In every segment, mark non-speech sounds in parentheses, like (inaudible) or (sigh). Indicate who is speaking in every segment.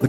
Speaker 1: The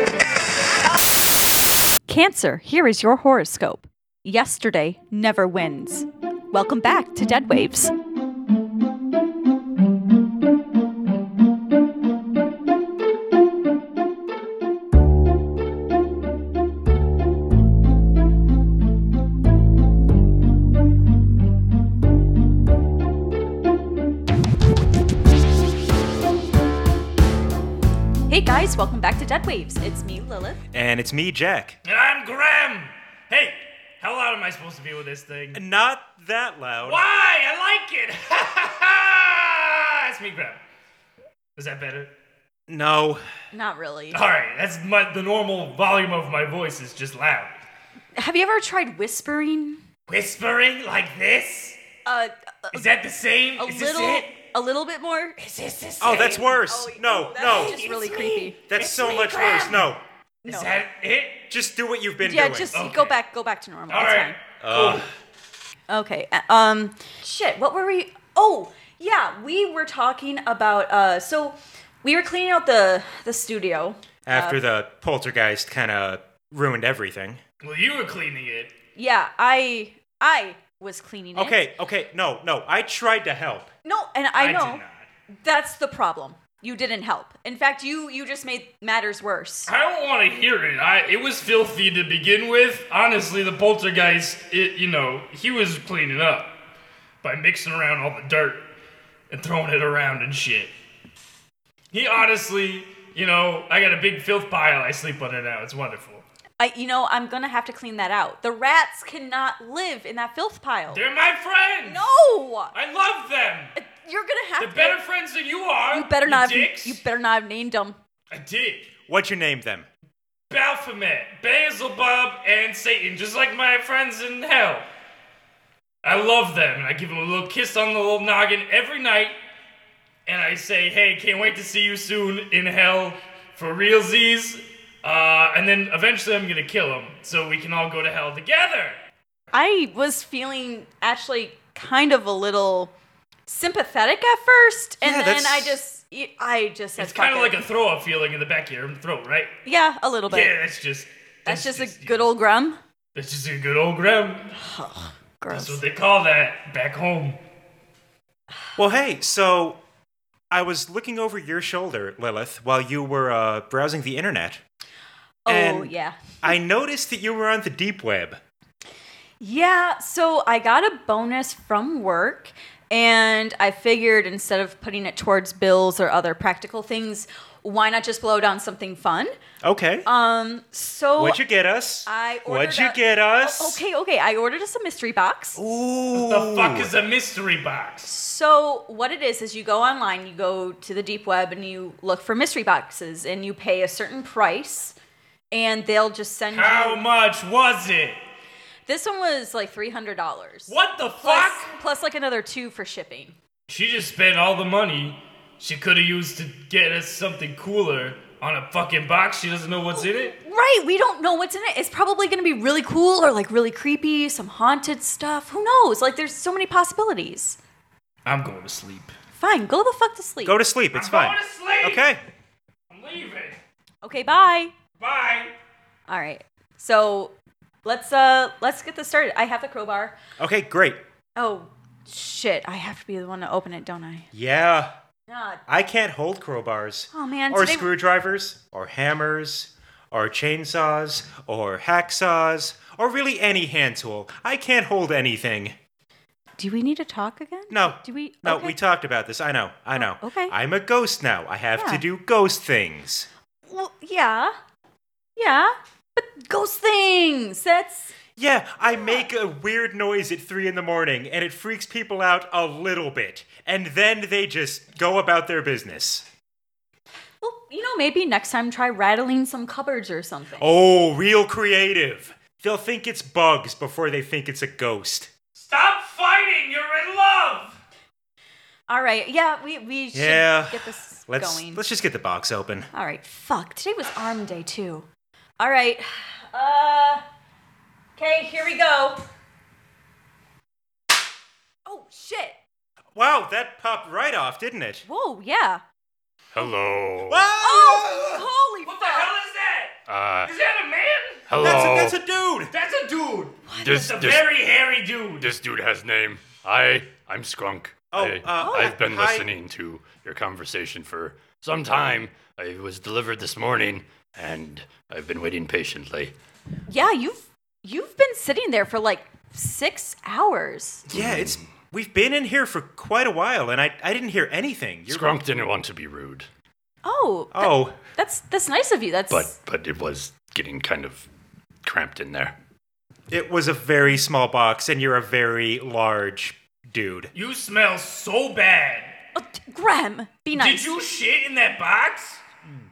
Speaker 2: Cancer, here is your horoscope. Yesterday never wins. Welcome back to Dead Waves. Hey guys, welcome back to Dead Waves. It's me, Lilith.
Speaker 3: And it's me, Jack.
Speaker 4: And I'm Graham. Hey, how loud am I supposed to be with this thing?
Speaker 3: Not that loud.
Speaker 4: Why? I like it. (laughs) That's me, Graham. Is that better?
Speaker 3: No.
Speaker 2: Not really.
Speaker 4: All right, that's my the normal volume of my voice is just loud.
Speaker 2: Have you ever tried whispering?
Speaker 4: Whispering like this?
Speaker 2: Uh,
Speaker 4: Is that the same?
Speaker 2: a
Speaker 4: is this
Speaker 2: little,
Speaker 4: it?
Speaker 2: a little bit more.
Speaker 4: Is this the same?
Speaker 3: Oh, that's worse. no,
Speaker 2: that's
Speaker 3: no.
Speaker 2: just really creepy.
Speaker 3: that's
Speaker 4: It's
Speaker 3: so
Speaker 4: me,
Speaker 3: much
Speaker 4: Graham.
Speaker 3: worse. No.
Speaker 4: Is
Speaker 2: No.
Speaker 4: that it?
Speaker 3: Just do what you've been
Speaker 2: Yeah,
Speaker 3: doing.
Speaker 2: just
Speaker 4: Okay.
Speaker 2: go back, go back to normal.
Speaker 4: All
Speaker 2: it's
Speaker 4: right.
Speaker 3: Ugh.
Speaker 2: fine. Okay. uh, Um, shit. What were we? Oh, yeah, we were talking about. Uh, so we were cleaning out the the studio. uh,
Speaker 3: After the poltergeist kind of ruined everything.
Speaker 4: Well, you were cleaning it.
Speaker 2: Yeah, I I was cleaning it.
Speaker 3: Okay, okay. No, no. I tried to help.
Speaker 2: No, and I,
Speaker 4: I did
Speaker 2: know
Speaker 4: not.
Speaker 2: that's the problem. You didn't help. In fact, you you just made matters worse.
Speaker 4: I don't want to hear it. I it was filthy to begin with. Honestly, the poltergeist, it, you know, he was cleaning up by mixing around all the dirt and throwing it around and shit. He honestly, you know, I got a big filth pile. I sleep on it now. It's wonderful.
Speaker 2: I, you know, I'm gonna have to clean that out. The rats cannot live in that filth pile.
Speaker 4: They're my friends.
Speaker 2: no, Uh,
Speaker 4: I love them.
Speaker 2: you're gonna have
Speaker 4: They're
Speaker 2: to.
Speaker 4: better friends than you are.
Speaker 2: you better not.
Speaker 4: Dicks.
Speaker 2: Have, you better not have named them.
Speaker 4: I did.
Speaker 3: What'd you name them?
Speaker 4: Baphomet, Beelzebub, and Satan, just like my friends in hell. I love them, and I give them a little kiss on the little noggin every night, and I say, hey, can't wait to see you soon in hell for realsies. Uh, and then eventually I'm gonna kill him, so we can all go to hell together.
Speaker 2: I was feeling actually kind of a little sympathetic at first, and
Speaker 3: Yeah,
Speaker 2: then
Speaker 3: that's-
Speaker 2: I just, I just said,
Speaker 4: It's kind of
Speaker 2: "Fuck
Speaker 4: like
Speaker 2: it."
Speaker 4: a throw up feeling in the back of your throat, right?
Speaker 2: yeah, a little bit.
Speaker 4: yeah, that's just.
Speaker 2: That's just a good old grum.
Speaker 4: That's just a good old grim. That's
Speaker 2: Gross.
Speaker 4: what they call that back home.
Speaker 3: Well, hey, so I was looking over your shoulder, Lilith, while you were uh, browsing the internet.
Speaker 2: Oh
Speaker 3: and-
Speaker 2: yeah.
Speaker 3: I noticed that you were on the deep web.
Speaker 2: Yeah, so I got a bonus from work, and I figured instead of putting it towards bills or other practical things, why not just blow it on something fun?
Speaker 3: Okay.
Speaker 2: Um, so
Speaker 3: What'd you get us?
Speaker 2: I ordered
Speaker 3: What'd you
Speaker 2: a- Oh,
Speaker 3: get us?
Speaker 2: okay, okay, I ordered us a mystery box.
Speaker 3: Ooh.
Speaker 4: The fuck is a mystery box?
Speaker 2: So what it is is you go online, you go to the deep web, and you look for mystery boxes, and you pay a certain price, and they'll just send
Speaker 4: How
Speaker 2: you.
Speaker 4: much was it?
Speaker 2: This one was like three hundred dollars.
Speaker 4: What the
Speaker 2: Plus,
Speaker 4: fuck?
Speaker 2: plus like another two for shipping.
Speaker 4: She just spent all the money she could have used to get us something cooler on a fucking box. She doesn't know what's in it.
Speaker 2: Right, we don't know what's in it. It's probably going to be really cool or like really creepy, some haunted stuff. Who knows? Like there's so many possibilities.
Speaker 4: I'm going to sleep.
Speaker 2: Fine, go the fuck to sleep.
Speaker 3: Go to sleep. It's
Speaker 4: I'm
Speaker 3: fine.
Speaker 4: going to sleep.
Speaker 3: Okay.
Speaker 4: I'm leaving.
Speaker 2: okay, bye.
Speaker 4: Bye.
Speaker 2: All right. So, let's uh let's get this started. I have the crowbar.
Speaker 3: Okay, great.
Speaker 2: Oh, shit. I have to be the one to open it, don't I?
Speaker 3: Yeah.
Speaker 2: God.
Speaker 3: I can't hold crowbars.
Speaker 2: Oh, man,
Speaker 3: Or
Speaker 2: today-
Speaker 3: screwdrivers. Or hammers. or chainsaws, or hacksaws, or really any hand tool. I can't hold anything.
Speaker 2: Do we need to talk again?
Speaker 3: No.
Speaker 2: Do we?
Speaker 3: No,
Speaker 2: okay. Oh,
Speaker 3: we talked about this. I know. I know.
Speaker 2: okay.
Speaker 3: I'm a ghost now. I have
Speaker 2: Yeah.
Speaker 3: to do ghost things.
Speaker 2: Well, yeah, yeah, but ghost things. That's
Speaker 3: Yeah, I make a weird noise at three in the morning, and it freaks people out a little bit, and then they just go about their business.
Speaker 2: well, you know, maybe next time try rattling some cupboards or something.
Speaker 3: Oh, real creative. They'll think it's bugs before they think it's a ghost.
Speaker 4: Stop fighting! You're in love!
Speaker 2: All right, yeah, we we should
Speaker 3: Yeah.
Speaker 2: get this
Speaker 3: Let's
Speaker 2: going.
Speaker 3: let's just get the box open.
Speaker 2: All right, fuck. Today was arm day too. All right, uh, okay, here we go. Oh shit!
Speaker 3: Wow, that popped right off, didn't it?
Speaker 2: Whoa, yeah.
Speaker 5: Hello.
Speaker 3: Wow!
Speaker 2: Oh, holy
Speaker 4: What the
Speaker 2: fuck!
Speaker 4: hell is that?
Speaker 5: Uh,
Speaker 4: Is that a man?
Speaker 5: hello.
Speaker 3: That's a, that's a dude.
Speaker 4: That's a dude. It's
Speaker 5: this,
Speaker 4: a
Speaker 5: this,
Speaker 4: very hairy dude.
Speaker 5: this dude has name. I I'm Skrunk.
Speaker 3: Oh,
Speaker 5: I,
Speaker 3: uh,
Speaker 5: I've been
Speaker 3: hi.
Speaker 5: listening to your conversation for some time. It was delivered this morning, and I've been waiting patiently.
Speaker 2: Yeah, you've you've been sitting there for like six hours.
Speaker 3: Yeah, it's we've been in here for quite a while, and I I didn't hear anything. You're-
Speaker 5: Skrunk didn't want to be rude,
Speaker 2: Oh, that-
Speaker 3: Oh,
Speaker 2: that's that's nice of you. That's
Speaker 5: but but it was getting kind of cramped in there.
Speaker 3: it was a very small box, and you're a very large dude.
Speaker 4: You smell so bad.
Speaker 2: Oh, t- Graham. Be nice.
Speaker 4: Did you shit in that box?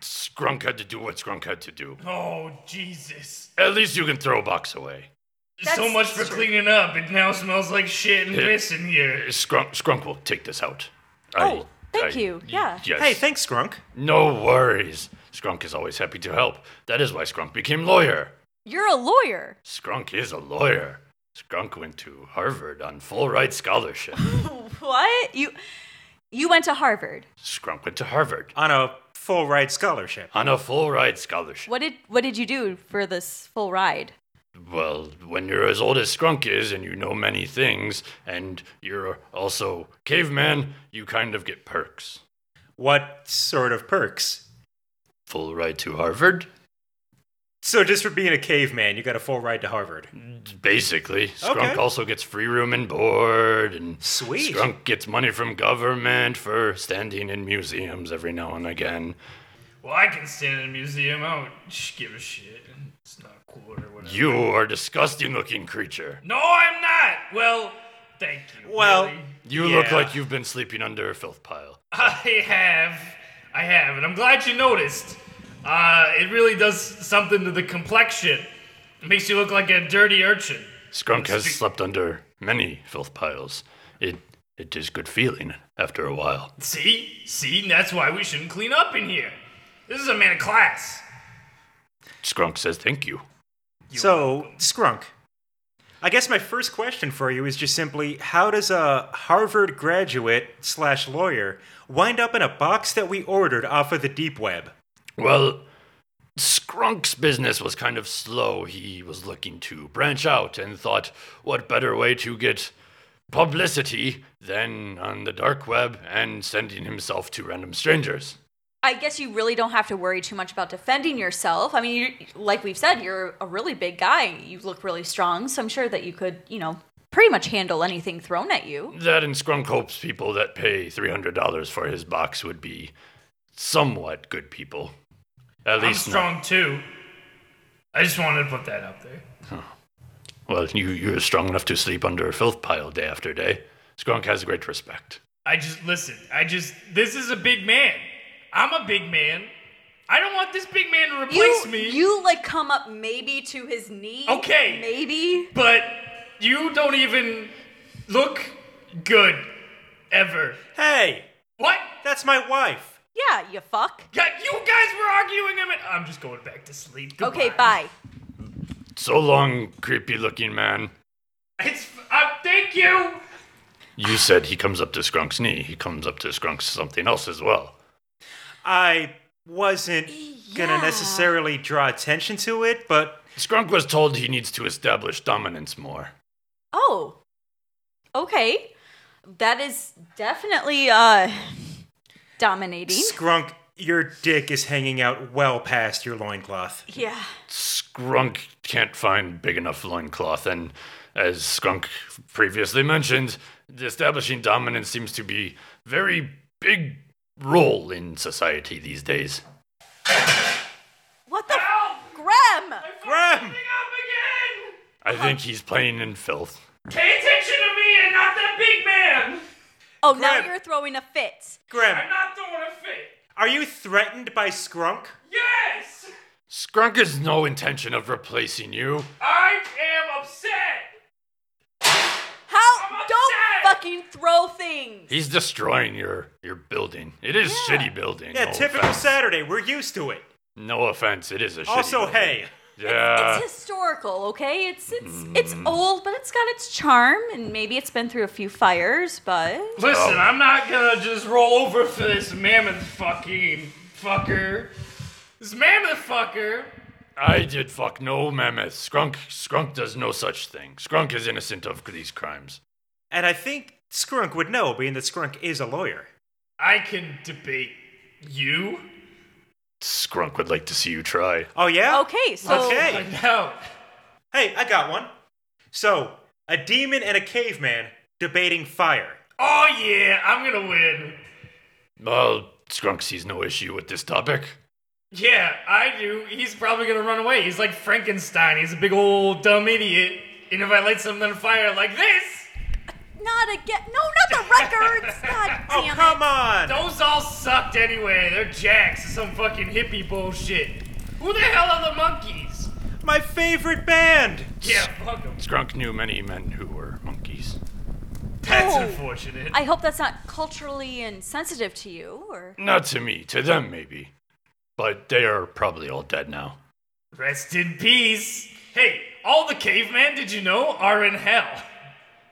Speaker 5: Skrunk had to do what Skrunk had to do.
Speaker 4: Oh, Jesus.
Speaker 5: At least you can throw a box away.
Speaker 4: so
Speaker 2: That's
Speaker 4: much for
Speaker 2: true.
Speaker 4: cleaning up. It now smells like shit and
Speaker 5: Yeah.
Speaker 4: piss in here.
Speaker 5: Skrunk, Skrunk will take this out.
Speaker 2: Oh, thank you. Yeah.
Speaker 5: Yes.
Speaker 3: Hey, thanks, Grunk.
Speaker 5: No worries. Skrunk is always happy to help. That is why Skrunk became lawyer.
Speaker 2: You're a lawyer.
Speaker 5: Skrunk is a lawyer. Skrunk went to Harvard on full ride scholarship.
Speaker 2: What? You you went to Harvard.
Speaker 5: Skrunk went to Harvard
Speaker 3: On a full ride scholarship.
Speaker 5: on a full ride scholarship.
Speaker 2: What did what did you do for this full ride?
Speaker 5: Well, when you're as old as Skrunk is and you know many things and you're also caveman, you kind of get perks.
Speaker 3: What sort of perks?
Speaker 5: Full ride to Harvard,
Speaker 3: So just for being a caveman, you got a full ride to Harvard.
Speaker 5: basically. Skrunk
Speaker 3: Okay.
Speaker 5: also gets free room and board and
Speaker 3: Sweet.
Speaker 5: Skrunk gets money from government for standing in museums every now and again.
Speaker 4: Well, I can stand in a museum. I don't sh- give a shit. It's not cool or whatever.
Speaker 5: You are a disgusting looking creature.
Speaker 4: No, I'm not. Well, thank you.
Speaker 3: Well-
Speaker 4: really.
Speaker 5: You look
Speaker 3: Yeah.
Speaker 5: like you've been sleeping under a filth pile.
Speaker 4: I have. I have, and I'm glad you noticed. Uh, it really does something to the complexion. It makes you look like a dirty urchin.
Speaker 3: (laughs)
Speaker 5: Skrunk has slept under many filth piles. It it is good feeling after a while.
Speaker 4: See? See? And That's why we shouldn't clean up in here. This is a man of class.
Speaker 5: Skrunk says thank you.
Speaker 3: so, Skrunk, I guess my first question for you is just simply how does a Harvard graduate slash lawyer wind up in a box that we ordered off of the deep web?
Speaker 5: Well, Skrunk's business was kind of slow. He was looking to branch out and thought, what better way to get publicity than on the dark web and sending himself to random strangers?
Speaker 2: I guess you really don't have to worry too much about defending yourself. I mean, you like we've said, you're a really big guy. You look really strong, so I'm sure that you could, you know, pretty much handle anything thrown at you.
Speaker 5: That and Skrunk hopes people that pay $300 for his box would be somewhat good people. At
Speaker 4: I'm
Speaker 5: least not-
Speaker 4: strong too. I just wanted to put that up there.
Speaker 5: Well, you, you're strong enough to sleep under a filth pile day after day. Skrunk has great respect.
Speaker 4: I just listen. I just this is a big man. I'm a big man. I don't want this big man to replace
Speaker 2: you,
Speaker 4: me.
Speaker 2: you like come up maybe to his knee.
Speaker 4: Okay.
Speaker 2: Maybe.
Speaker 4: but you don't even look good ever.
Speaker 3: Hey,
Speaker 4: What?
Speaker 3: that's my wife.
Speaker 2: Yeah, you fuck.
Speaker 4: Yeah, you guys were arguing him. And I'm just going back to sleep. Goodbye.
Speaker 2: Okay, bye.
Speaker 5: So long, creepy looking man.
Speaker 4: It's. Uh, thank you.
Speaker 5: You said he comes up to Skrunk's knee. He comes up to Skrunk's something else as well.
Speaker 3: I wasn't gonna
Speaker 2: Yeah.
Speaker 3: necessarily draw attention to it, but
Speaker 5: Skrunk was told he needs to establish dominance more.
Speaker 2: Oh. Okay. That is definitely uh dominating.
Speaker 3: Skrunk Your dick is hanging out well past your loincloth.
Speaker 2: Yeah.
Speaker 5: Skrunk can't find big enough loincloth, and as Skrunk previously mentioned, establishing dominance seems to be very big role in society these days.
Speaker 2: What the? F- Graham!
Speaker 3: Graham!
Speaker 4: Up
Speaker 5: I think he's playing in filth.
Speaker 4: again! Pay attention to me and not that big man!
Speaker 2: Oh, now
Speaker 3: Graham.
Speaker 2: you're throwing a fit.
Speaker 4: I'm
Speaker 3: Graham,
Speaker 4: not throwing a fit!
Speaker 3: are you threatened by Skrunk?
Speaker 4: Yes!
Speaker 5: Skrunk has no intention of replacing you.
Speaker 4: I am upset!
Speaker 2: How?
Speaker 4: I'm
Speaker 2: Don't
Speaker 4: upset.
Speaker 2: fucking throw things.
Speaker 5: He's destroying your your building. It is shitty building.
Speaker 3: Yeah,
Speaker 5: no
Speaker 3: typical
Speaker 5: offense.
Speaker 3: Saturday. We're used to it.
Speaker 5: No offense, it is a shitty
Speaker 3: Also,
Speaker 5: building.
Speaker 3: hey,
Speaker 5: Yeah.
Speaker 2: it's historical, okay? It's it's it's old, but it's got its charm, and maybe it's been through a few fires, but
Speaker 4: Listen, I'm not gonna just roll over for this mammoth fucking fucker. This mammoth fucker.
Speaker 5: I did fuck no mammoth. Skrunk Skrunk does no such thing. Skrunk is innocent of these crimes.
Speaker 3: and I think Skrunk would know, being that Skrunk is a lawyer.
Speaker 4: I can debate you.
Speaker 5: Skrunk would like to see you try.
Speaker 3: Oh, yeah?
Speaker 2: okay. So
Speaker 3: Okay.
Speaker 4: I know.
Speaker 3: Hey, I got one. So, a demon and a caveman debating fire.
Speaker 4: Oh yeah, I'm gonna win.
Speaker 5: Well, Skrunk sees no issue with this topic.
Speaker 4: Yeah, I do. He's probably gonna run away. He's like Frankenstein. He's a big old dumb idiot. And if I light something on fire like this,
Speaker 2: not again. No, not the records. God
Speaker 3: Oh,
Speaker 2: damn
Speaker 3: come
Speaker 2: it.
Speaker 3: on!
Speaker 4: those all sucked anyway. They're jacks or some fucking hippie bullshit. Who the hell are the monkeys?
Speaker 3: My favorite band!
Speaker 4: Yeah, fuck 'em.
Speaker 5: Skrunk knew many men who were monkeys.
Speaker 4: That's
Speaker 2: Oh.
Speaker 4: unfortunate.
Speaker 2: I hope that's not culturally insensitive to you, or
Speaker 5: Not to me, to them maybe. But they are probably all dead now.
Speaker 4: Rest in peace. Hey, all the cavemen, did you know, are in hell.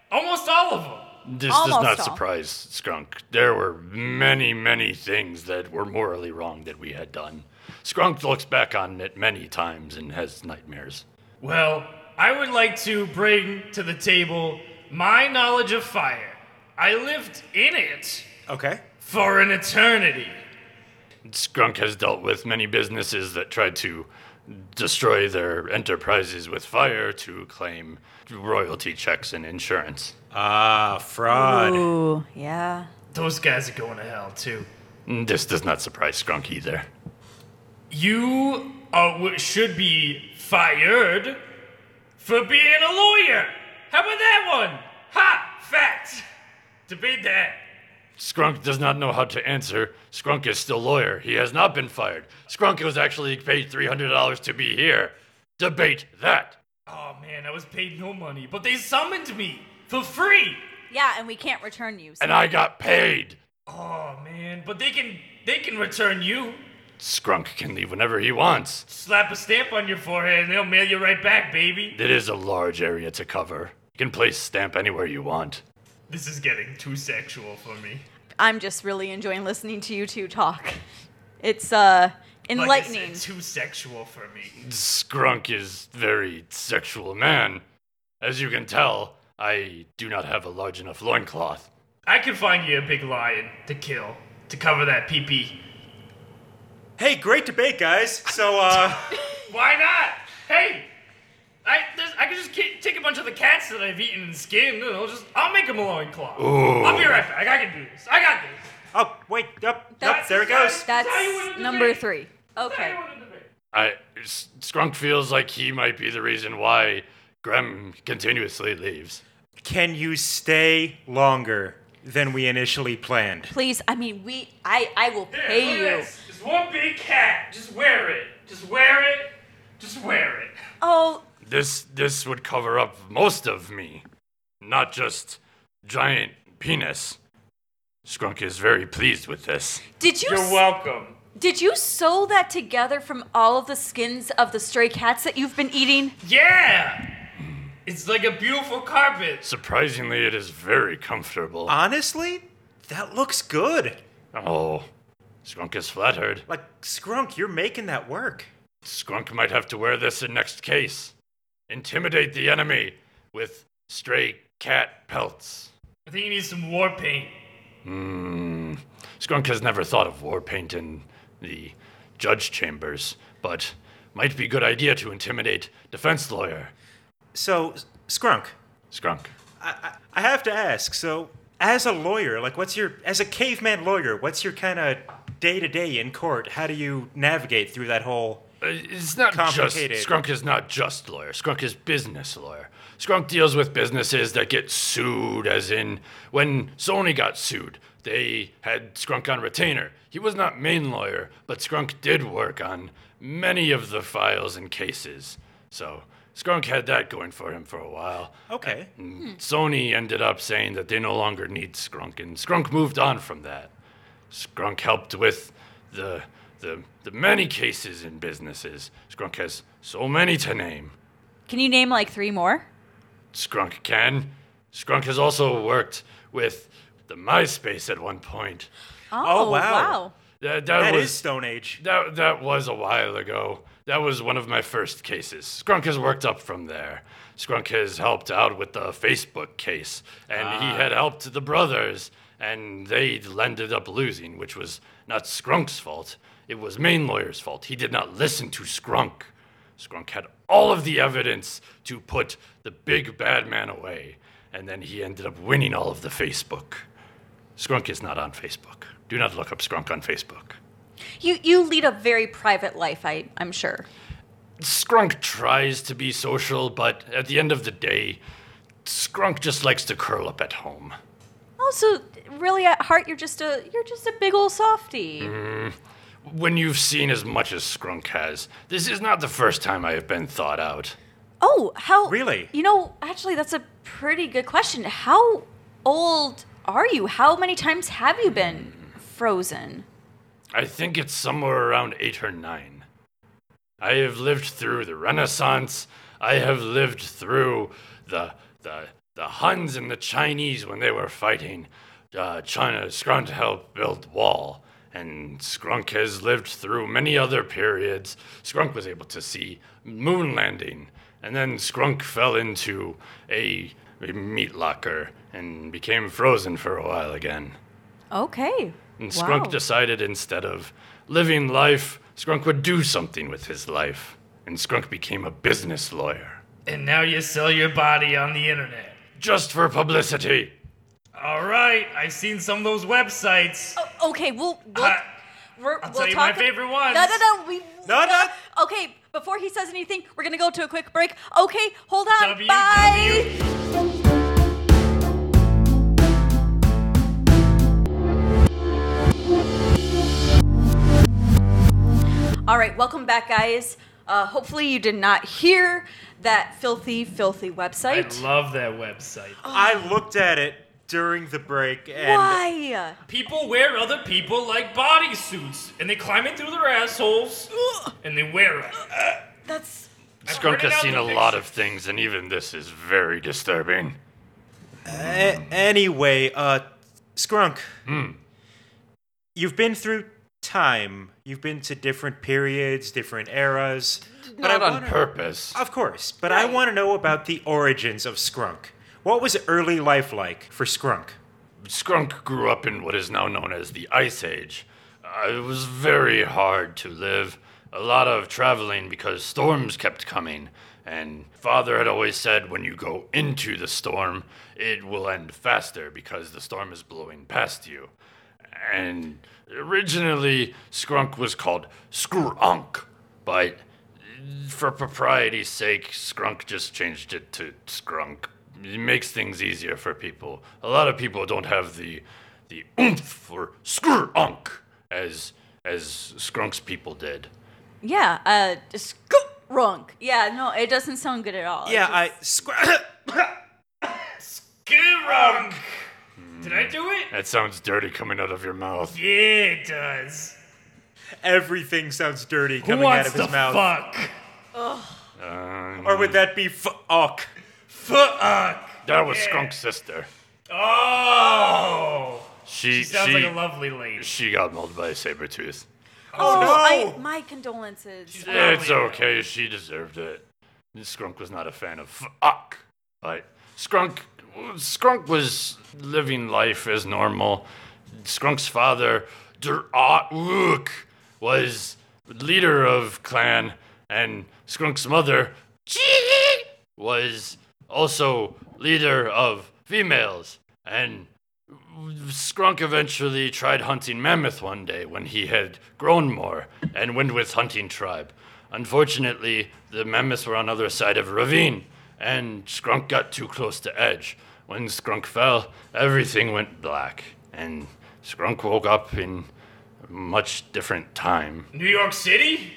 Speaker 4: Almost all of them.
Speaker 5: This
Speaker 2: Almost
Speaker 5: does not
Speaker 2: all.
Speaker 5: surprise Skrunk. There were many, many things that were morally wrong that we had done. Skrunk looks back on it many times and has nightmares.
Speaker 4: Well, I would like to bring to the table my knowledge of fire. I lived in it
Speaker 3: Okay.
Speaker 4: for an eternity.
Speaker 5: Skrunk has dealt with many businesses that tried to destroy their enterprises with fire to claim royalty checks and insurance.
Speaker 3: Ah, fraud.
Speaker 2: ooh, yeah.
Speaker 4: Those guys are going to hell, too.
Speaker 5: This does not surprise Skrunk either.
Speaker 4: You are, w- should be fired for being a lawyer. How about that one? Ha! Fact! Debate that.
Speaker 5: Skrunk does not know how to answer. Skrunk is still lawyer. He has not been fired. Skrunk was actually paid $300 to be here. Debate that.
Speaker 4: Oh man, I was paid no money, but they summoned me for free.
Speaker 2: Yeah, and we can't return you. So.
Speaker 5: And I got paid.
Speaker 4: Oh man, but they can they can return you.
Speaker 5: Skrunk can leave whenever he wants.
Speaker 4: Slap a stamp on your forehead and they'll mail you right back, baby.
Speaker 5: It is a large area to cover. You can place stamp anywhere you want.
Speaker 4: This is getting too sexual for me.
Speaker 2: I'm just really enjoying listening to you two talk. It's uh
Speaker 4: Like I said,
Speaker 2: enlightening.
Speaker 4: too sexual for me.
Speaker 5: Skrunk is very sexual man. As you can tell, I do not have a large enough loincloth.
Speaker 4: I could find you a big lion to kill to cover that pee pee.
Speaker 3: Hey, great debate, guys.
Speaker 2: (laughs)
Speaker 3: So, uh,
Speaker 4: Why not? Hey, I there's- I could just ki- take a bunch of the cats that I've eaten and skinned and I'll just I'll make them a loincloth. I'll be right back. I can do this. I got this.
Speaker 3: oh, wait, up, up,
Speaker 2: That's-
Speaker 3: there it goes.
Speaker 2: That's
Speaker 4: Now you wanna debate.
Speaker 2: number three. Okay.
Speaker 4: Anyone in the band?
Speaker 5: I S- Skrunk feels like he might be the reason why Grem continuously leaves.
Speaker 3: Can you stay longer than we initially planned?
Speaker 2: Please, I mean, we, I, I will
Speaker 4: There,
Speaker 2: pay
Speaker 4: look
Speaker 2: you.
Speaker 4: at this. It's one big cat. Just wear it. Just wear it. Just wear it.
Speaker 2: Oh,
Speaker 5: This this would cover up most of me, not just giant penis. Skrunk is very pleased with this.
Speaker 2: did you,
Speaker 4: You're
Speaker 2: s-
Speaker 4: welcome.
Speaker 2: did you sew that together from all of the skins of the stray cats that you've been eating?
Speaker 4: Yeah! It's like a beautiful carpet.
Speaker 5: Surprisingly, it is very comfortable.
Speaker 3: Ah. Honestly, that looks good.
Speaker 5: Oh, Skrunk is flattered.
Speaker 3: Like, Skrunk, you're making that work.
Speaker 5: Skrunk might have to wear this in next case. Intimidate the enemy with stray cat pelts.
Speaker 4: I think you need some war paint.
Speaker 5: Hmm. Skrunk has never thought of war paint and the judge chambers, but might be good idea to intimidate defense lawyer.
Speaker 3: So, S- Scrunk,
Speaker 5: Scrunk.
Speaker 3: I, I, I have to ask. So, as a lawyer, like, what's your, as a caveman lawyer, what's your kind of day to day in court? How do you navigate through that whole.
Speaker 5: Uh, It's not just
Speaker 3: Complicated.
Speaker 5: Scrunk is not just lawyer. Scrunk is business lawyer. Scrunk deals with businesses that get sued, as in when Sony got sued, they had Scrunk on retainer. He was not main lawyer, but Scrunk did work on many of the files and cases. So Scrunk had that going for him for a while.
Speaker 3: Okay.
Speaker 5: Sony ended up saying that they no longer need Scrunk, and Scrunk moved on from that. Scrunk helped with the the the many cases in businesses. Scrunk has so many to name.
Speaker 2: Can you name like three more?
Speaker 5: Scrunk can. Scrunk has also worked with the MySpace at one point.
Speaker 3: Oh, wow.
Speaker 5: That, that,
Speaker 3: That
Speaker 5: was
Speaker 3: is Stone Age.
Speaker 5: that that was a while ago. That was one of my first cases. Scrunk has worked up from there. Scrunk has helped out with the Facebook case, and he had helped the brothers, and they ended up losing, which was not Skrunk's fault. It was main lawyer's fault. He did not listen to Scrunk. Scrunk had all of the evidence to put the big bad man away, and then he ended up winning all of the Facebook. Scrunk is not on Facebook. Do not look up Scrunk on Facebook.
Speaker 2: You you lead a very private life, I I'm sure.
Speaker 5: Scrunk tries to be social, but at the end of the day, Scrunk just likes to curl up at home.
Speaker 2: Also, really at heart, you're just a you're just a big old softy.
Speaker 5: When you've seen as much as Scrunk has, this is not the first time I have been thought out.
Speaker 2: Oh, how
Speaker 3: Really?
Speaker 2: You know, actually, that's a pretty good question. How old are you? How many times have you been frozen?
Speaker 5: I think it's somewhere around eight or nine. I have lived through the Renaissance. I have lived through the the the Huns and the Chinese when they were fighting. Uh, China Scrunk helped build wall, and Scrunk has lived through many other periods. Scrunk was able to see moon landing, and then Scrunk fell into a, a meat locker and became frozen for a while again.
Speaker 2: Okay.
Speaker 5: And
Speaker 2: Wow.
Speaker 5: Scrunk decided instead of living life, Scrunk would do something with his life. And Scrunk became a business lawyer.
Speaker 4: And now you sell your body on the internet.
Speaker 5: Just for publicity.
Speaker 4: All right, I've seen some of those websites.
Speaker 2: Oh, okay, we'll we'll,
Speaker 4: Uh,
Speaker 2: we're, we'll
Speaker 4: I'll tell you my
Speaker 2: talk
Speaker 4: favorite ones.
Speaker 2: No, no, no. We
Speaker 3: No, no.
Speaker 2: Okay, before he says anything, we're gonna go to a quick break. Okay, hold on.
Speaker 4: W,
Speaker 2: Bye.
Speaker 4: W.
Speaker 2: All right, welcome back, guys. Uh, hopefully, you did not hear that filthy, filthy
Speaker 4: I
Speaker 2: website.
Speaker 4: love that website.
Speaker 3: I looked at it during the break and.
Speaker 2: Why?
Speaker 4: People wear other people like bodysuits, and they climb it through their assholes, and they wear it.
Speaker 2: That's
Speaker 5: Scrunk
Speaker 4: printed
Speaker 5: has
Speaker 4: out
Speaker 5: seen
Speaker 4: the
Speaker 5: a lot of things, and even this is very disturbing.
Speaker 3: A- anyway, uh, Scrunk, you've been through time. You've been to different periods, different eras. but I
Speaker 5: Not on
Speaker 3: wanna-
Speaker 5: purpose.
Speaker 3: Of course, but I want to know about the origins of Scrunk. What was early life like for Scrunk?
Speaker 5: Scrunk grew up in what is now known as the Ice Age. Uh, it was very hard to live. A lot of traveling because storms kept coming. And father had always said when you go into the storm, it will end faster because the storm is blowing past you. And originally, Scrunk was called Scrunk, but for propriety's sake, Scrunk just changed it to Scrunk. It makes things easier for people. A lot of people don't have the the oomph for Scrunk as as Skrunk's people did.
Speaker 2: yeah. Uh, just wrong. Yeah, no, it doesn't sound good at all.
Speaker 3: Yeah, I (coughs) Scrunk.
Speaker 4: Skirunk! Did I do it?
Speaker 5: That sounds dirty coming out of your mouth.
Speaker 4: Yeah, it does.
Speaker 3: Everything sounds dirty
Speaker 4: Who
Speaker 3: coming out
Speaker 4: wants
Speaker 3: of his
Speaker 4: the
Speaker 3: mouth.
Speaker 4: fuck?
Speaker 5: Um,
Speaker 3: Or would that be fuck?
Speaker 4: Fuck!
Speaker 5: That was Skrunk's sister.
Speaker 4: Oh! She
Speaker 5: She
Speaker 4: sounds
Speaker 5: she,
Speaker 4: like a lovely lady.
Speaker 5: she got mauled by a saber tooth.
Speaker 2: Oh,
Speaker 3: no.
Speaker 2: I, my condolences.
Speaker 5: It's okay. She deserved it. Scrunk was not a fan of fuck. But Scrunk, Scrunk was living life as normal. Skrunk's father, Durok, Ah, was leader of clan, and Skrunk's mother was also leader of females. And Skrunk eventually tried hunting mammoth one day when he had grown more and went with hunting tribe. Unfortunately, the mammoths were on other side of a ravine, and Skrunk got too close to edge. When Skrunk fell, everything went black, and Skrunk woke up in a much different time.
Speaker 4: New York City?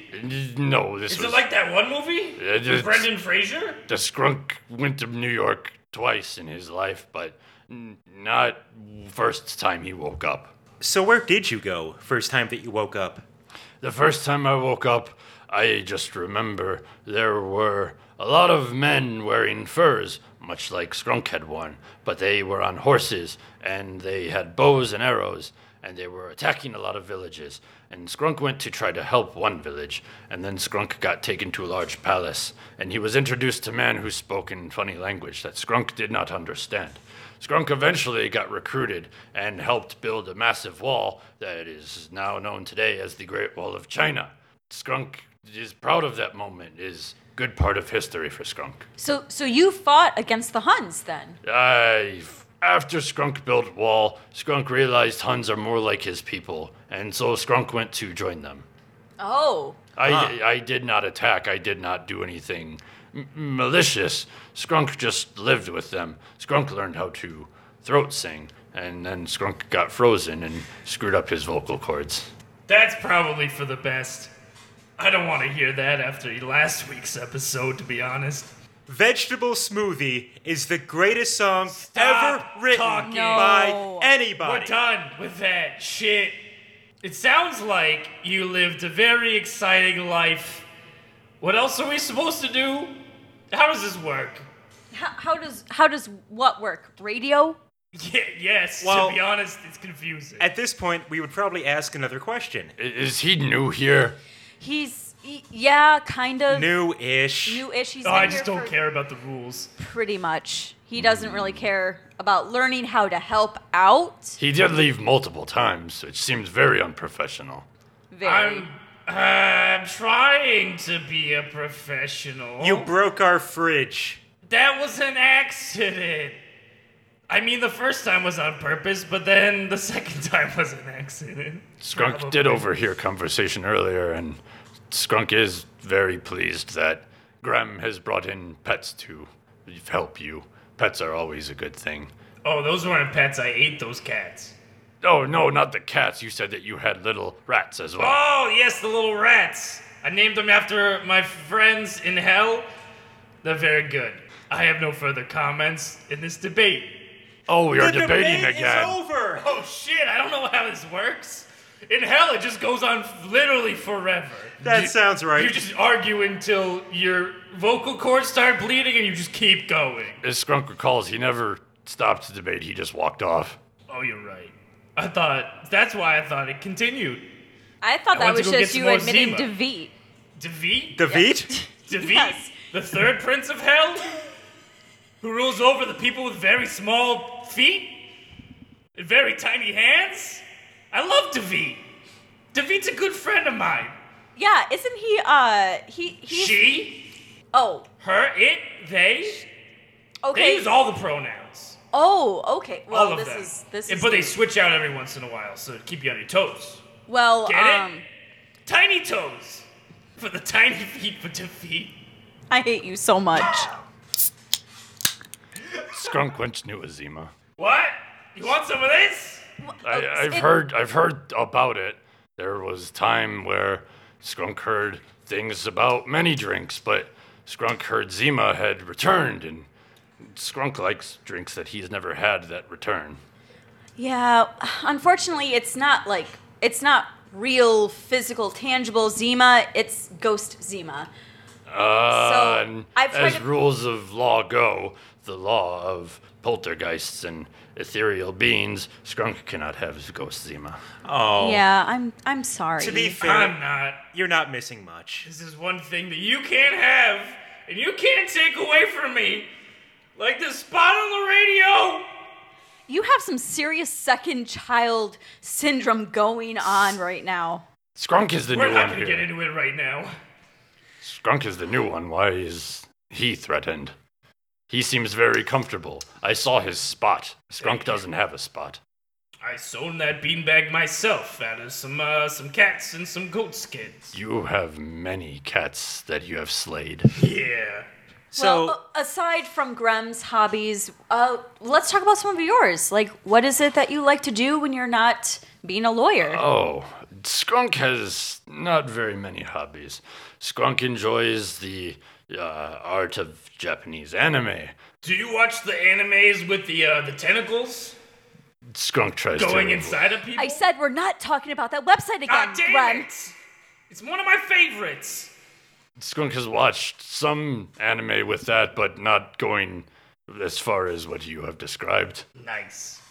Speaker 5: No, this
Speaker 4: Is
Speaker 5: was
Speaker 4: it like that one movie?
Speaker 5: It
Speaker 4: With
Speaker 5: is-
Speaker 4: Brendan Fraser?
Speaker 5: the Skrunk went to New York twice in his life, but n- not first time he woke up.
Speaker 3: So where did you go first time that you woke up?
Speaker 5: The first time I woke up, I just remember there were a lot of men wearing furs, much like Skrunk had worn, but they were on horses and they had bows and arrows and they were attacking a lot of villages. And Skrunk went to try to help one village, and then Skrunk got taken to a large palace, and he was introduced to a man who spoke in funny language that Skrunk did not understand. Skrunk eventually got recruited and helped build a massive wall that is now known today as the Great Wall of China. Skrunk is proud of that moment, is good part of history for Skrunk.
Speaker 2: So, so you fought against the Huns then?
Speaker 5: I, after Skrunk built wall, Skrunk realized Huns are more like his people, and so Skrunk went to join them.
Speaker 2: Oh,
Speaker 5: I, I did not attack. I did not do anything m- malicious. Skrunk just lived with them. Skrunk learned how to throat sing, and then Skrunk got frozen and screwed up his vocal cords.
Speaker 4: That's probably for the best. I don't want to hear that after last week's episode, to be honest.
Speaker 3: Vegetable Smoothie is the greatest song
Speaker 4: Stop
Speaker 3: ever written
Speaker 4: talking.
Speaker 3: by
Speaker 2: No.
Speaker 4: We're
Speaker 3: anybody.
Speaker 4: done with that shit. It sounds like you lived a very exciting life. What else are we supposed to do? How does this work? (laughs)
Speaker 2: how, how does how does what work? Radio?
Speaker 4: Yeah, yes,
Speaker 3: Well-
Speaker 4: to be honest, it's confusing.
Speaker 3: At this point, we would probably ask another question.
Speaker 5: I- Is he new here?
Speaker 2: He's y- yeah, kind of
Speaker 3: New-ish.
Speaker 2: new-ish. He's
Speaker 4: oh,
Speaker 2: been
Speaker 4: I just
Speaker 2: here
Speaker 4: don't
Speaker 2: for
Speaker 4: care about the rules.
Speaker 2: Pretty much, he doesn't really care about learning how to help out.
Speaker 5: He did leave multiple times, which seems very unprofessional.
Speaker 2: Very.
Speaker 4: I'm uh, trying to be a professional.
Speaker 3: you broke our fridge.
Speaker 4: That was an accident. I mean, the first time was on purpose, but then the (laughs) second time was an accident.
Speaker 5: Skrunk did overhear conversation earlier, and Skrunk is very pleased that Graham has brought in pets to help you. Pets are always a good thing.
Speaker 4: Oh, those weren't pets. I ate those cats.
Speaker 5: Oh no, not the cats. You said that you had little rats as
Speaker 3: Ah,
Speaker 5: well.
Speaker 4: Oh, yes, the little rats. I named them after my friends in hell. They're very good. I have no further comments in this debate.
Speaker 5: Oh, we are
Speaker 3: the
Speaker 5: debating
Speaker 3: debate
Speaker 5: again.
Speaker 3: is over.
Speaker 4: Oh, shit, I don't know how this works. In hell, it just goes on f- literally forever.
Speaker 3: That sounds right.
Speaker 4: You just argue until your vocal cords start bleeding and you just keep going.
Speaker 5: As Skrunk recalls, he never stopped the debate. He just walked off.
Speaker 4: Oh, you're right. I thought that's why I thought it continued.
Speaker 2: I thought
Speaker 4: I
Speaker 2: that
Speaker 4: went to
Speaker 2: was
Speaker 4: go get
Speaker 2: just
Speaker 4: some
Speaker 2: you
Speaker 4: more
Speaker 2: admitting
Speaker 4: Zima.
Speaker 2: defeat.
Speaker 4: David? (laughs)
Speaker 3: David?
Speaker 4: David?
Speaker 2: Yes.
Speaker 4: The third prince of hell? Who rules over the people with very small feet? And very tiny hands? I love David. David's a good friend of mine.
Speaker 2: Yeah, isn't he? Uh, he he's
Speaker 4: She,
Speaker 2: oh
Speaker 4: her, it, they. They
Speaker 2: okay.
Speaker 4: use all the pronouns.
Speaker 2: oh okay. Well,
Speaker 4: all of
Speaker 2: this
Speaker 4: them.
Speaker 2: is this
Speaker 4: And-
Speaker 2: is
Speaker 4: but they switch out every once in a while, so keep you on your toes.
Speaker 2: well
Speaker 4: Get it?
Speaker 2: um.
Speaker 4: Tiny toes! For the tiny feet for David.
Speaker 2: I hate you so much.
Speaker 5: Skrunk went to Azima.
Speaker 4: What? You want some of this?
Speaker 5: I,
Speaker 2: Oh,
Speaker 5: I've
Speaker 2: it-
Speaker 5: heard I've heard about it. There was time where Skrunk heard things about many drinks, but Skrunk heard Zima had returned, and Skrunk likes drinks that he's never had that return.
Speaker 2: Yeah, unfortunately, it's not like it's not real, physical, tangible Zima. It's ghost Zima.
Speaker 5: Uh,
Speaker 2: So,
Speaker 5: and
Speaker 2: I've heard
Speaker 5: as
Speaker 2: of-
Speaker 5: rules of law go, the law of poltergeists and ethereal beings, Skrunk cannot have Ghost Zima.
Speaker 3: Oh.
Speaker 2: Yeah, I'm I'm sorry.
Speaker 3: To be
Speaker 4: I'm
Speaker 3: fair,
Speaker 4: not.
Speaker 3: you're not missing much.
Speaker 4: This is one thing that you can't have, and you can't take away from me. Like the spot on the radio.
Speaker 2: you have some serious second child syndrome going on right now.
Speaker 5: Skrunk is the
Speaker 4: We're
Speaker 5: new
Speaker 4: not
Speaker 5: one
Speaker 4: gonna
Speaker 5: here.
Speaker 4: get into it right now.
Speaker 5: Skrunk is the new one. Why is he threatened? He seems very comfortable. I saw his spot. Skrunk doesn't have a spot.
Speaker 4: I sewn that beanbag myself out of some uh, some cats and some goat skins.
Speaker 5: You have many cats that you have slayed.
Speaker 4: Yeah.
Speaker 3: So
Speaker 2: well, a- aside from Grem's hobbies, uh, let's talk about some of yours. Like, what is it that you like to do when you're not being a lawyer?
Speaker 5: Oh, Skrunk has not very many hobbies. Skrunk enjoys the uh, art of Japanese anime.
Speaker 4: Do you watch the animes with the uh, the tentacles
Speaker 5: Skrunk tries to.
Speaker 4: going
Speaker 5: avoid-
Speaker 4: inside of people?
Speaker 2: I said we're not talking about that website again,
Speaker 4: God damn
Speaker 2: Grem.
Speaker 4: it! It's one of my favorites.
Speaker 5: Skunk has watched some anime with that, but not going as far as what you have described.
Speaker 4: Nice.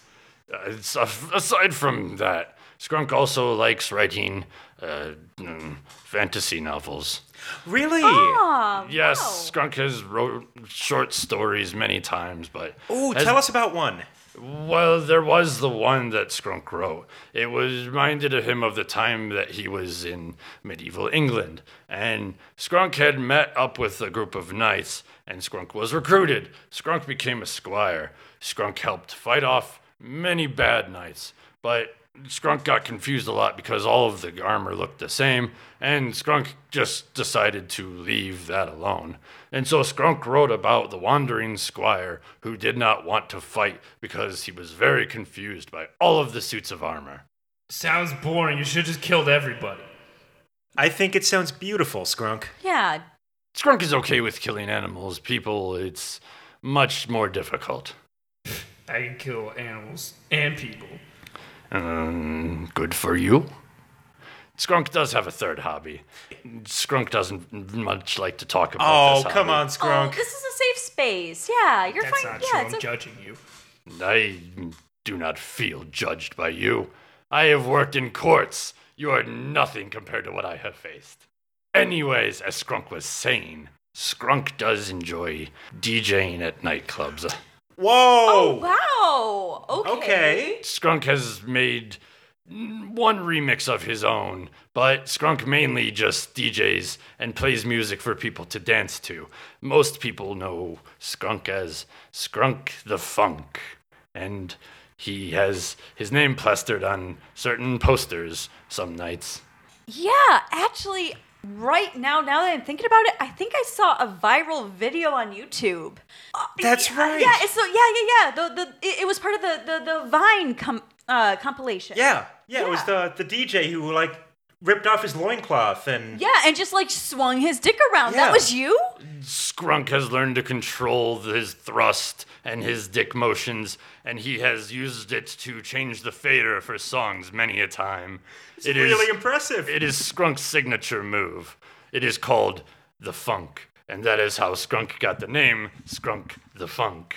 Speaker 5: Uh, it's- af- aside from that, Skunk also likes writing uh, mm, fantasy novels.
Speaker 3: really,
Speaker 4: oh.
Speaker 2: Ah,
Speaker 5: Yes,
Speaker 2: wow.
Speaker 5: Skunk has wrote short stories many times, but
Speaker 3: ooh,
Speaker 5: has-
Speaker 3: tell us about one.
Speaker 5: Well, there was the one that Skrunk wrote. It was reminded of him of the time that he was in medieval England. And Skrunk had met up with a group of knights, and Skrunk was recruited. Skrunk became a squire. Skrunk helped fight off many bad knights. But Skrunk got confused a lot because all of the armor looked the same, and Skrunk just decided to leave that alone. And so Skrunk wrote about the wandering squire who did not want to fight because he was very confused by all of the suits of armor.
Speaker 4: Sounds boring. You should just killed everybody.
Speaker 3: I think it sounds beautiful, Skrunk.
Speaker 2: Yeah.
Speaker 5: Skrunk is okay with killing animals, people, it's much more difficult.
Speaker 4: I can kill animals and people.
Speaker 5: Um, good for you. Skrunk does have a third hobby. Skrunk doesn't much like to talk about
Speaker 3: Oh,
Speaker 5: this
Speaker 3: come
Speaker 5: hobby.
Speaker 3: on,
Speaker 2: Oh,
Speaker 3: Skrunk.
Speaker 2: this is a safe space. Yeah, you're
Speaker 4: That's
Speaker 2: fine.
Speaker 4: not
Speaker 2: yeah,
Speaker 4: true.
Speaker 2: it's
Speaker 4: I'm
Speaker 2: a-
Speaker 4: judging you.
Speaker 5: I do not feel judged by you. I have worked in courts. You are nothing compared to what I have faced. Anyways, as Skrunk was saying, Skrunk does enjoy DJing at nightclubs.
Speaker 3: Whoa.
Speaker 2: oh, wow. Okay.
Speaker 3: Okay.
Speaker 5: Skrunk has made one remix of his own, but Skrunk mainly just DJs and plays music for people to dance to. Most people know Skrunk as Skrunk the Funk, and he has his name plastered on certain posters some nights.
Speaker 2: Yeah, actually, right now, now that I'm thinking about it, I think I saw a viral video on YouTube. Uh,
Speaker 3: That's
Speaker 2: yeah,
Speaker 3: right.
Speaker 2: Yeah, it's so yeah, yeah, yeah. The, the it, it was part of the the, the Vine com- uh, compilation.
Speaker 3: Yeah, yeah, It was
Speaker 2: Yeah.
Speaker 3: the the DJ who like ripped off his loincloth and
Speaker 2: Yeah, and just like swung his dick around.
Speaker 3: Yeah.
Speaker 2: That was you?
Speaker 5: Skrunk has learned to control his thrust and his dick motions, and he has used it to change the fader for songs many a time. It's
Speaker 3: really impressive.
Speaker 5: It is Skrunk's signature move. It is called the funk, and that is how Skrunk got the name Skrunk the Funk.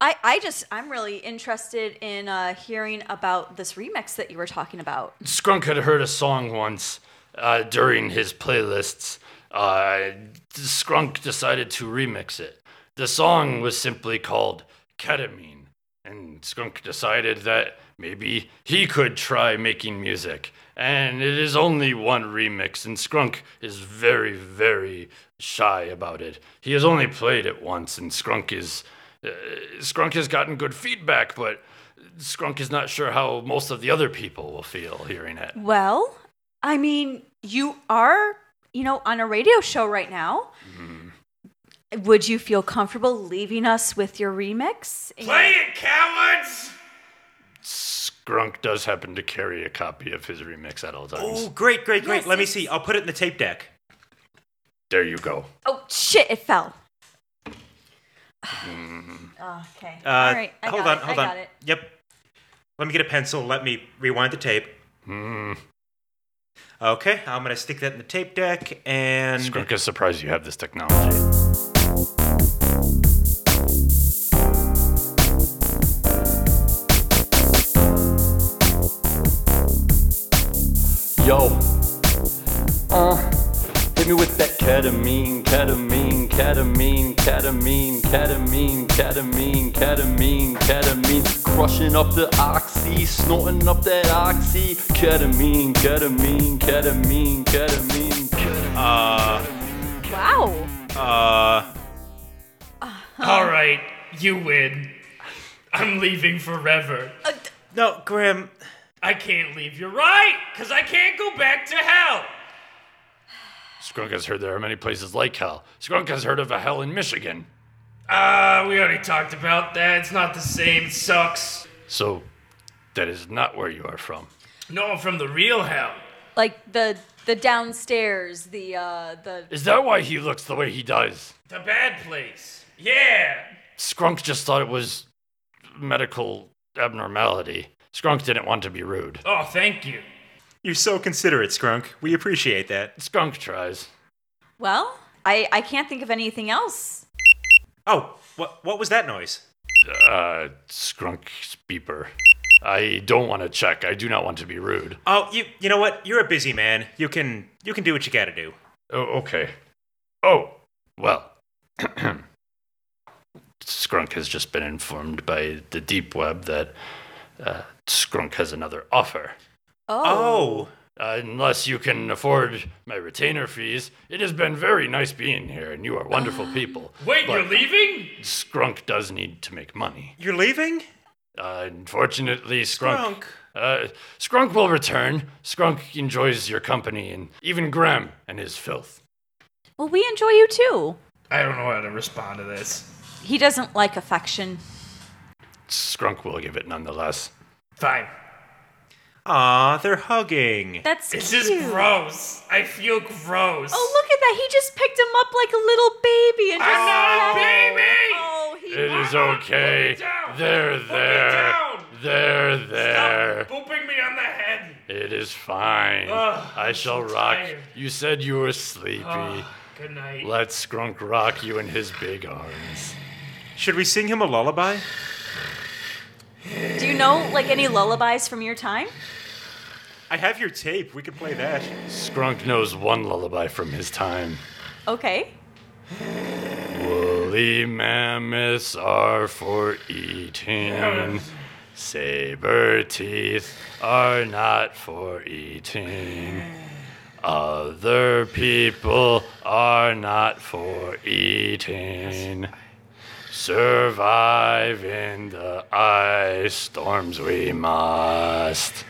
Speaker 2: I, I just I'm really interested in uh, hearing about this remix that you were talking about.
Speaker 5: Skrunk had heard a song once uh, during his playlists. Uh, Skrunk decided to remix it. The song was simply called Ketamine, and Skrunk decided that maybe he could try making music. And it is only one remix, and Skrunk is very, very shy about it. He has only played it once, and Skrunk is. Uh, Skrunk has gotten good feedback, but Skrunk is not sure how most of the other people will feel hearing it.
Speaker 2: Well, I mean, you are, you know, on a radio show right now. Would you feel comfortable leaving us with your remix?
Speaker 4: Play it, cowards!
Speaker 5: Skrunk does happen to carry a copy of his remix at all times.
Speaker 3: Oh, great, great, great.
Speaker 2: Yes,
Speaker 3: Let me
Speaker 2: it's-
Speaker 3: see. I'll put it in the tape deck.
Speaker 5: There you go.
Speaker 2: Oh shit! It fell. Oh, (sighs) okay.
Speaker 3: Uh,
Speaker 2: All right. I
Speaker 3: hold
Speaker 2: got
Speaker 3: on,
Speaker 2: it.
Speaker 3: hold
Speaker 2: I
Speaker 3: on.
Speaker 2: got it.
Speaker 3: Yep. Let me get a pencil. Let me rewind the tape.
Speaker 5: Hmm.
Speaker 3: Okay, I'm gonna stick that in the tape deck and
Speaker 5: Skrunk is surprised you have this technology. Yo. Uh, hit me with that ketamine, ketamine, ketamine.
Speaker 6: Ketamine, ketamine, ketamine, ketamine, ketamine, ketamine. Crushing up the oxy, snorting up that oxy. Ketamine, ketamine, ketamine, ketamine, ketamine.
Speaker 2: Wow.
Speaker 3: Uh,
Speaker 4: All right, you win. I'm leaving forever.
Speaker 2: Uh,
Speaker 3: no, Graham.
Speaker 4: I can't leave. You're right, because I can't go back to hell.
Speaker 5: Skrunk has heard there are many places like hell. Skrunk has heard of a hell in Michigan.
Speaker 4: Uh, we already talked about that. It's not the same. It sucks.
Speaker 5: So, that is not where you are from.
Speaker 4: No, I'm from the real hell.
Speaker 2: Like the the downstairs, the uh the
Speaker 5: Is that why he looks the way he does?
Speaker 4: The bad place. Yeah.
Speaker 5: Skrunk just thought it was medical abnormality. Skrunk didn't want to be rude.
Speaker 4: Oh, thank you.
Speaker 3: You're so considerate, Skrunk. We appreciate that.
Speaker 5: Skrunk tries.
Speaker 2: well, I I can't think of anything else.
Speaker 3: Oh, what what was that noise?
Speaker 5: Uh, Skrunk's beeper. I don't want to check. I do not want to be rude.
Speaker 3: Oh, you you know what? You're a busy man. You can you can do what you got to do.
Speaker 5: Oh, okay. Oh, well. (clears throat) Skrunk has just been informed by the deep web that uh, Skrunk has another offer.
Speaker 2: Oh.
Speaker 3: Oh,
Speaker 5: Uh, unless you can afford my retainer fees, it has been very nice being here, and you are wonderful
Speaker 4: (gasps)
Speaker 5: people.
Speaker 4: Wait,
Speaker 5: But-
Speaker 4: you're leaving?
Speaker 5: Skrunk does need to make money.
Speaker 3: you're leaving?
Speaker 5: Uh, unfortunately, Skrunk.
Speaker 3: Skrunk.
Speaker 5: Uh, Skrunk will return. Skrunk enjoys your company and even Graham and his filth.
Speaker 2: Well, we enjoy you too.
Speaker 4: I don't know how to respond to this.
Speaker 2: He doesn't like affection.
Speaker 5: Skrunk will give it nonetheless.
Speaker 4: Fine.
Speaker 3: Aw, they're hugging.
Speaker 2: That's
Speaker 4: This
Speaker 2: cute.
Speaker 4: is gross. I feel gross.
Speaker 2: Oh, look at that. He just picked him up like a little baby and just
Speaker 4: I'm not a
Speaker 2: sat-
Speaker 4: baby!
Speaker 2: Oh, he
Speaker 5: It is
Speaker 4: Mama,
Speaker 5: okay.
Speaker 4: put me down.
Speaker 5: They're
Speaker 4: Put me
Speaker 5: there.
Speaker 4: down.
Speaker 5: They're
Speaker 4: Stop
Speaker 5: there.
Speaker 4: booping me on the head.
Speaker 5: It is fine.
Speaker 4: Ugh,
Speaker 5: I shall
Speaker 4: so
Speaker 5: rock.
Speaker 4: tired.
Speaker 5: You said you were sleepy.
Speaker 4: Good night.
Speaker 5: Let Skrunk rock you in his big arms.
Speaker 3: Should we sing him a lullaby?
Speaker 2: Do you know like any lullabies from your time?
Speaker 3: I have your tape. We could play that.
Speaker 5: Skrunk knows one lullaby from his time.
Speaker 2: Okay.
Speaker 5: Woolly mammoths are for eating. Saber teeth are not for eating. Other people are not for eating. Survive in the ice storms we must.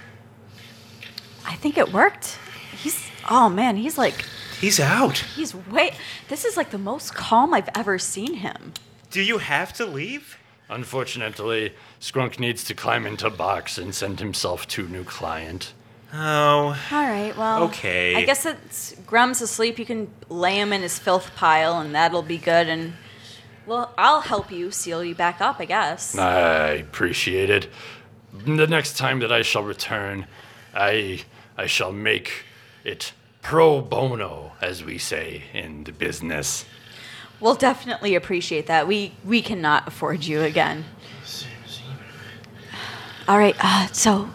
Speaker 2: I think it worked. He's oh man, he's like
Speaker 3: He's out.
Speaker 2: he's way this is like the most calm I've ever seen him.
Speaker 3: Do you have to leave?
Speaker 5: Unfortunately, Skrunk needs to climb into box and send himself to new client.
Speaker 3: Oh,
Speaker 2: All right, well
Speaker 3: Okay.
Speaker 2: I guess it's Grum's asleep, you can lay him in his filth pile and that'll be good and well, I'll help you seal you back up, I guess.
Speaker 5: I appreciate it. The next time that I shall return, I I shall make it pro bono, as we say in the business.
Speaker 2: We'll definitely appreciate that. We we cannot afford you again. All right. Uh, so,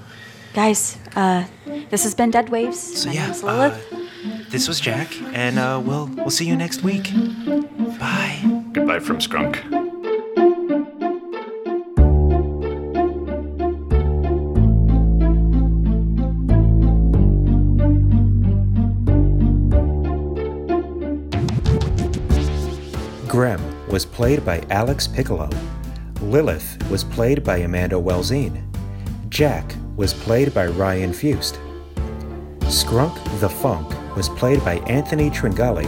Speaker 2: guys, uh, this has been Dead Waves. So, My
Speaker 3: yeah,
Speaker 2: name's Lilith.
Speaker 3: this was Jack, and uh, we'll we'll see you next week. Bye.
Speaker 5: Goodbye from Skrunk.
Speaker 7: Grimm was played by Alex Piccolo. Lilith was played by Amanda Welzine. Jack was played by Ryan Fust. Skrunk the Funk was played by Anthony Tringali.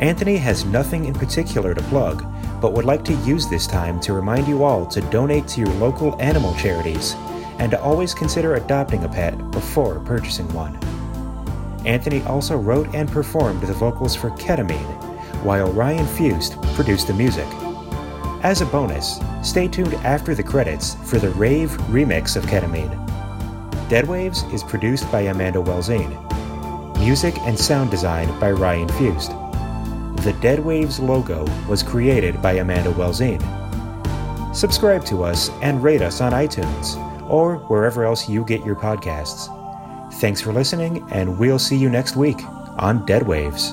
Speaker 7: Anthony has nothing in particular to plug, but would like to use this time to remind you all to donate to your local animal charities and to always consider adopting a pet before purchasing one. Anthony also wrote and performed the vocals for Ketamine, while Ryan Fust produced the music. As a bonus, stay tuned after the credits for the rave remix of Ketamine. Dead Waves is produced by Amanda Welzine. Music and sound design by Ryan Fust. The Dead Waves logo was created by Amanda Welzine. Subscribe to us and rate us on iTunes or wherever else you get your podcasts. Thanks for listening, and we'll see you next week on Dead Waves.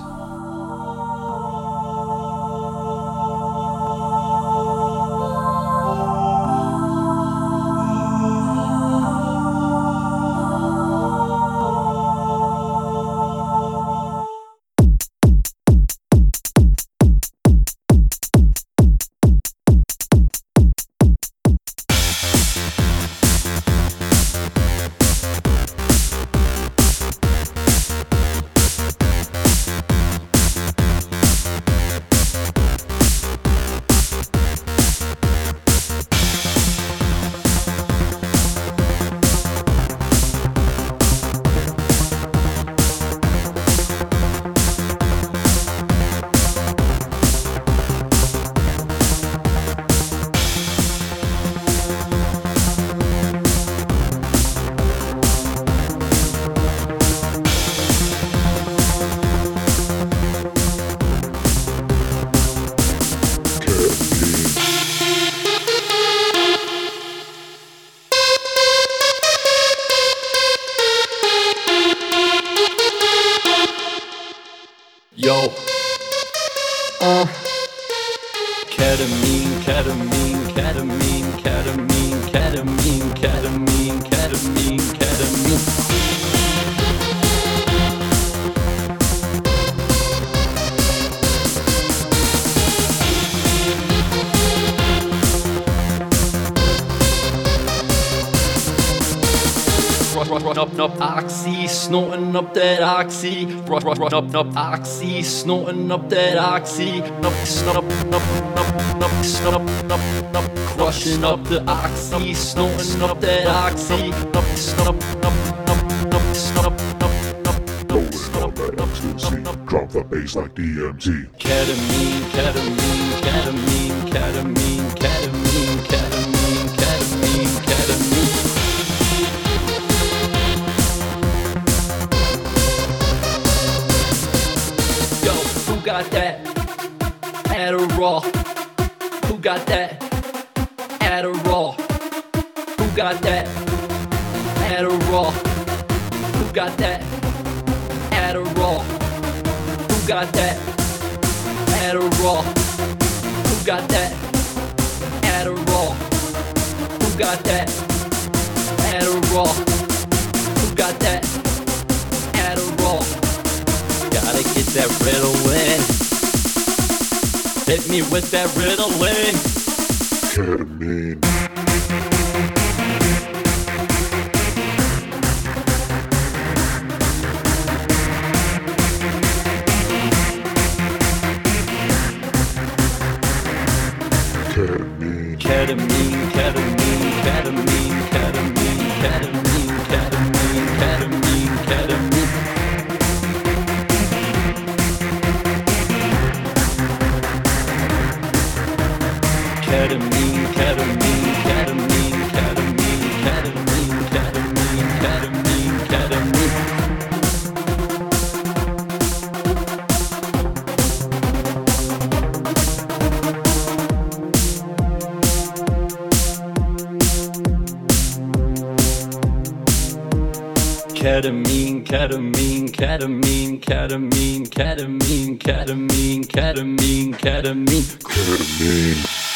Speaker 6: ketamine, ketamine, ketamine, ketamine, ketamine, ketamine. Run, run, run up, up, oxy, snorting up that oxy. Run, run, run up, up, oxy, snorting up that oxy. Up, snort up, up, up, up, snort up, up, up, crushing up the oxy, snorting up that oxy. Up, snort up, up, up, up, snort up, up, up, up, snort up, up, up, up.
Speaker 8: Drop the bass like DMT.
Speaker 6: Ketamine, ketamine, ketamine, ketamine, ketamine, ketamine, ketamine, ketamine. Yo, who got that? Adderall. Who got that? Adderall. Who got that? Adderall. Who got that? Adderall. Who got that? Adderall. Who got that? Adderall. Who got that? Adderall. Who got that? Adderall gotta get that Ritalin. Hit me with that Ritalin.
Speaker 8: Ketamine. Ketamine.
Speaker 6: Ketamine, ketamine, ketamine, ketamine, ketamine, ketamine, ketamine, ketamine. Ketamine, ketamine, ketamine, ketamine, ketamine, ketamine, ketamine, ketamine. Ketamine, ketamine, ketamine, ketamine, ketamine, ketamine, ketamine, ketamine.
Speaker 8: Ketamine.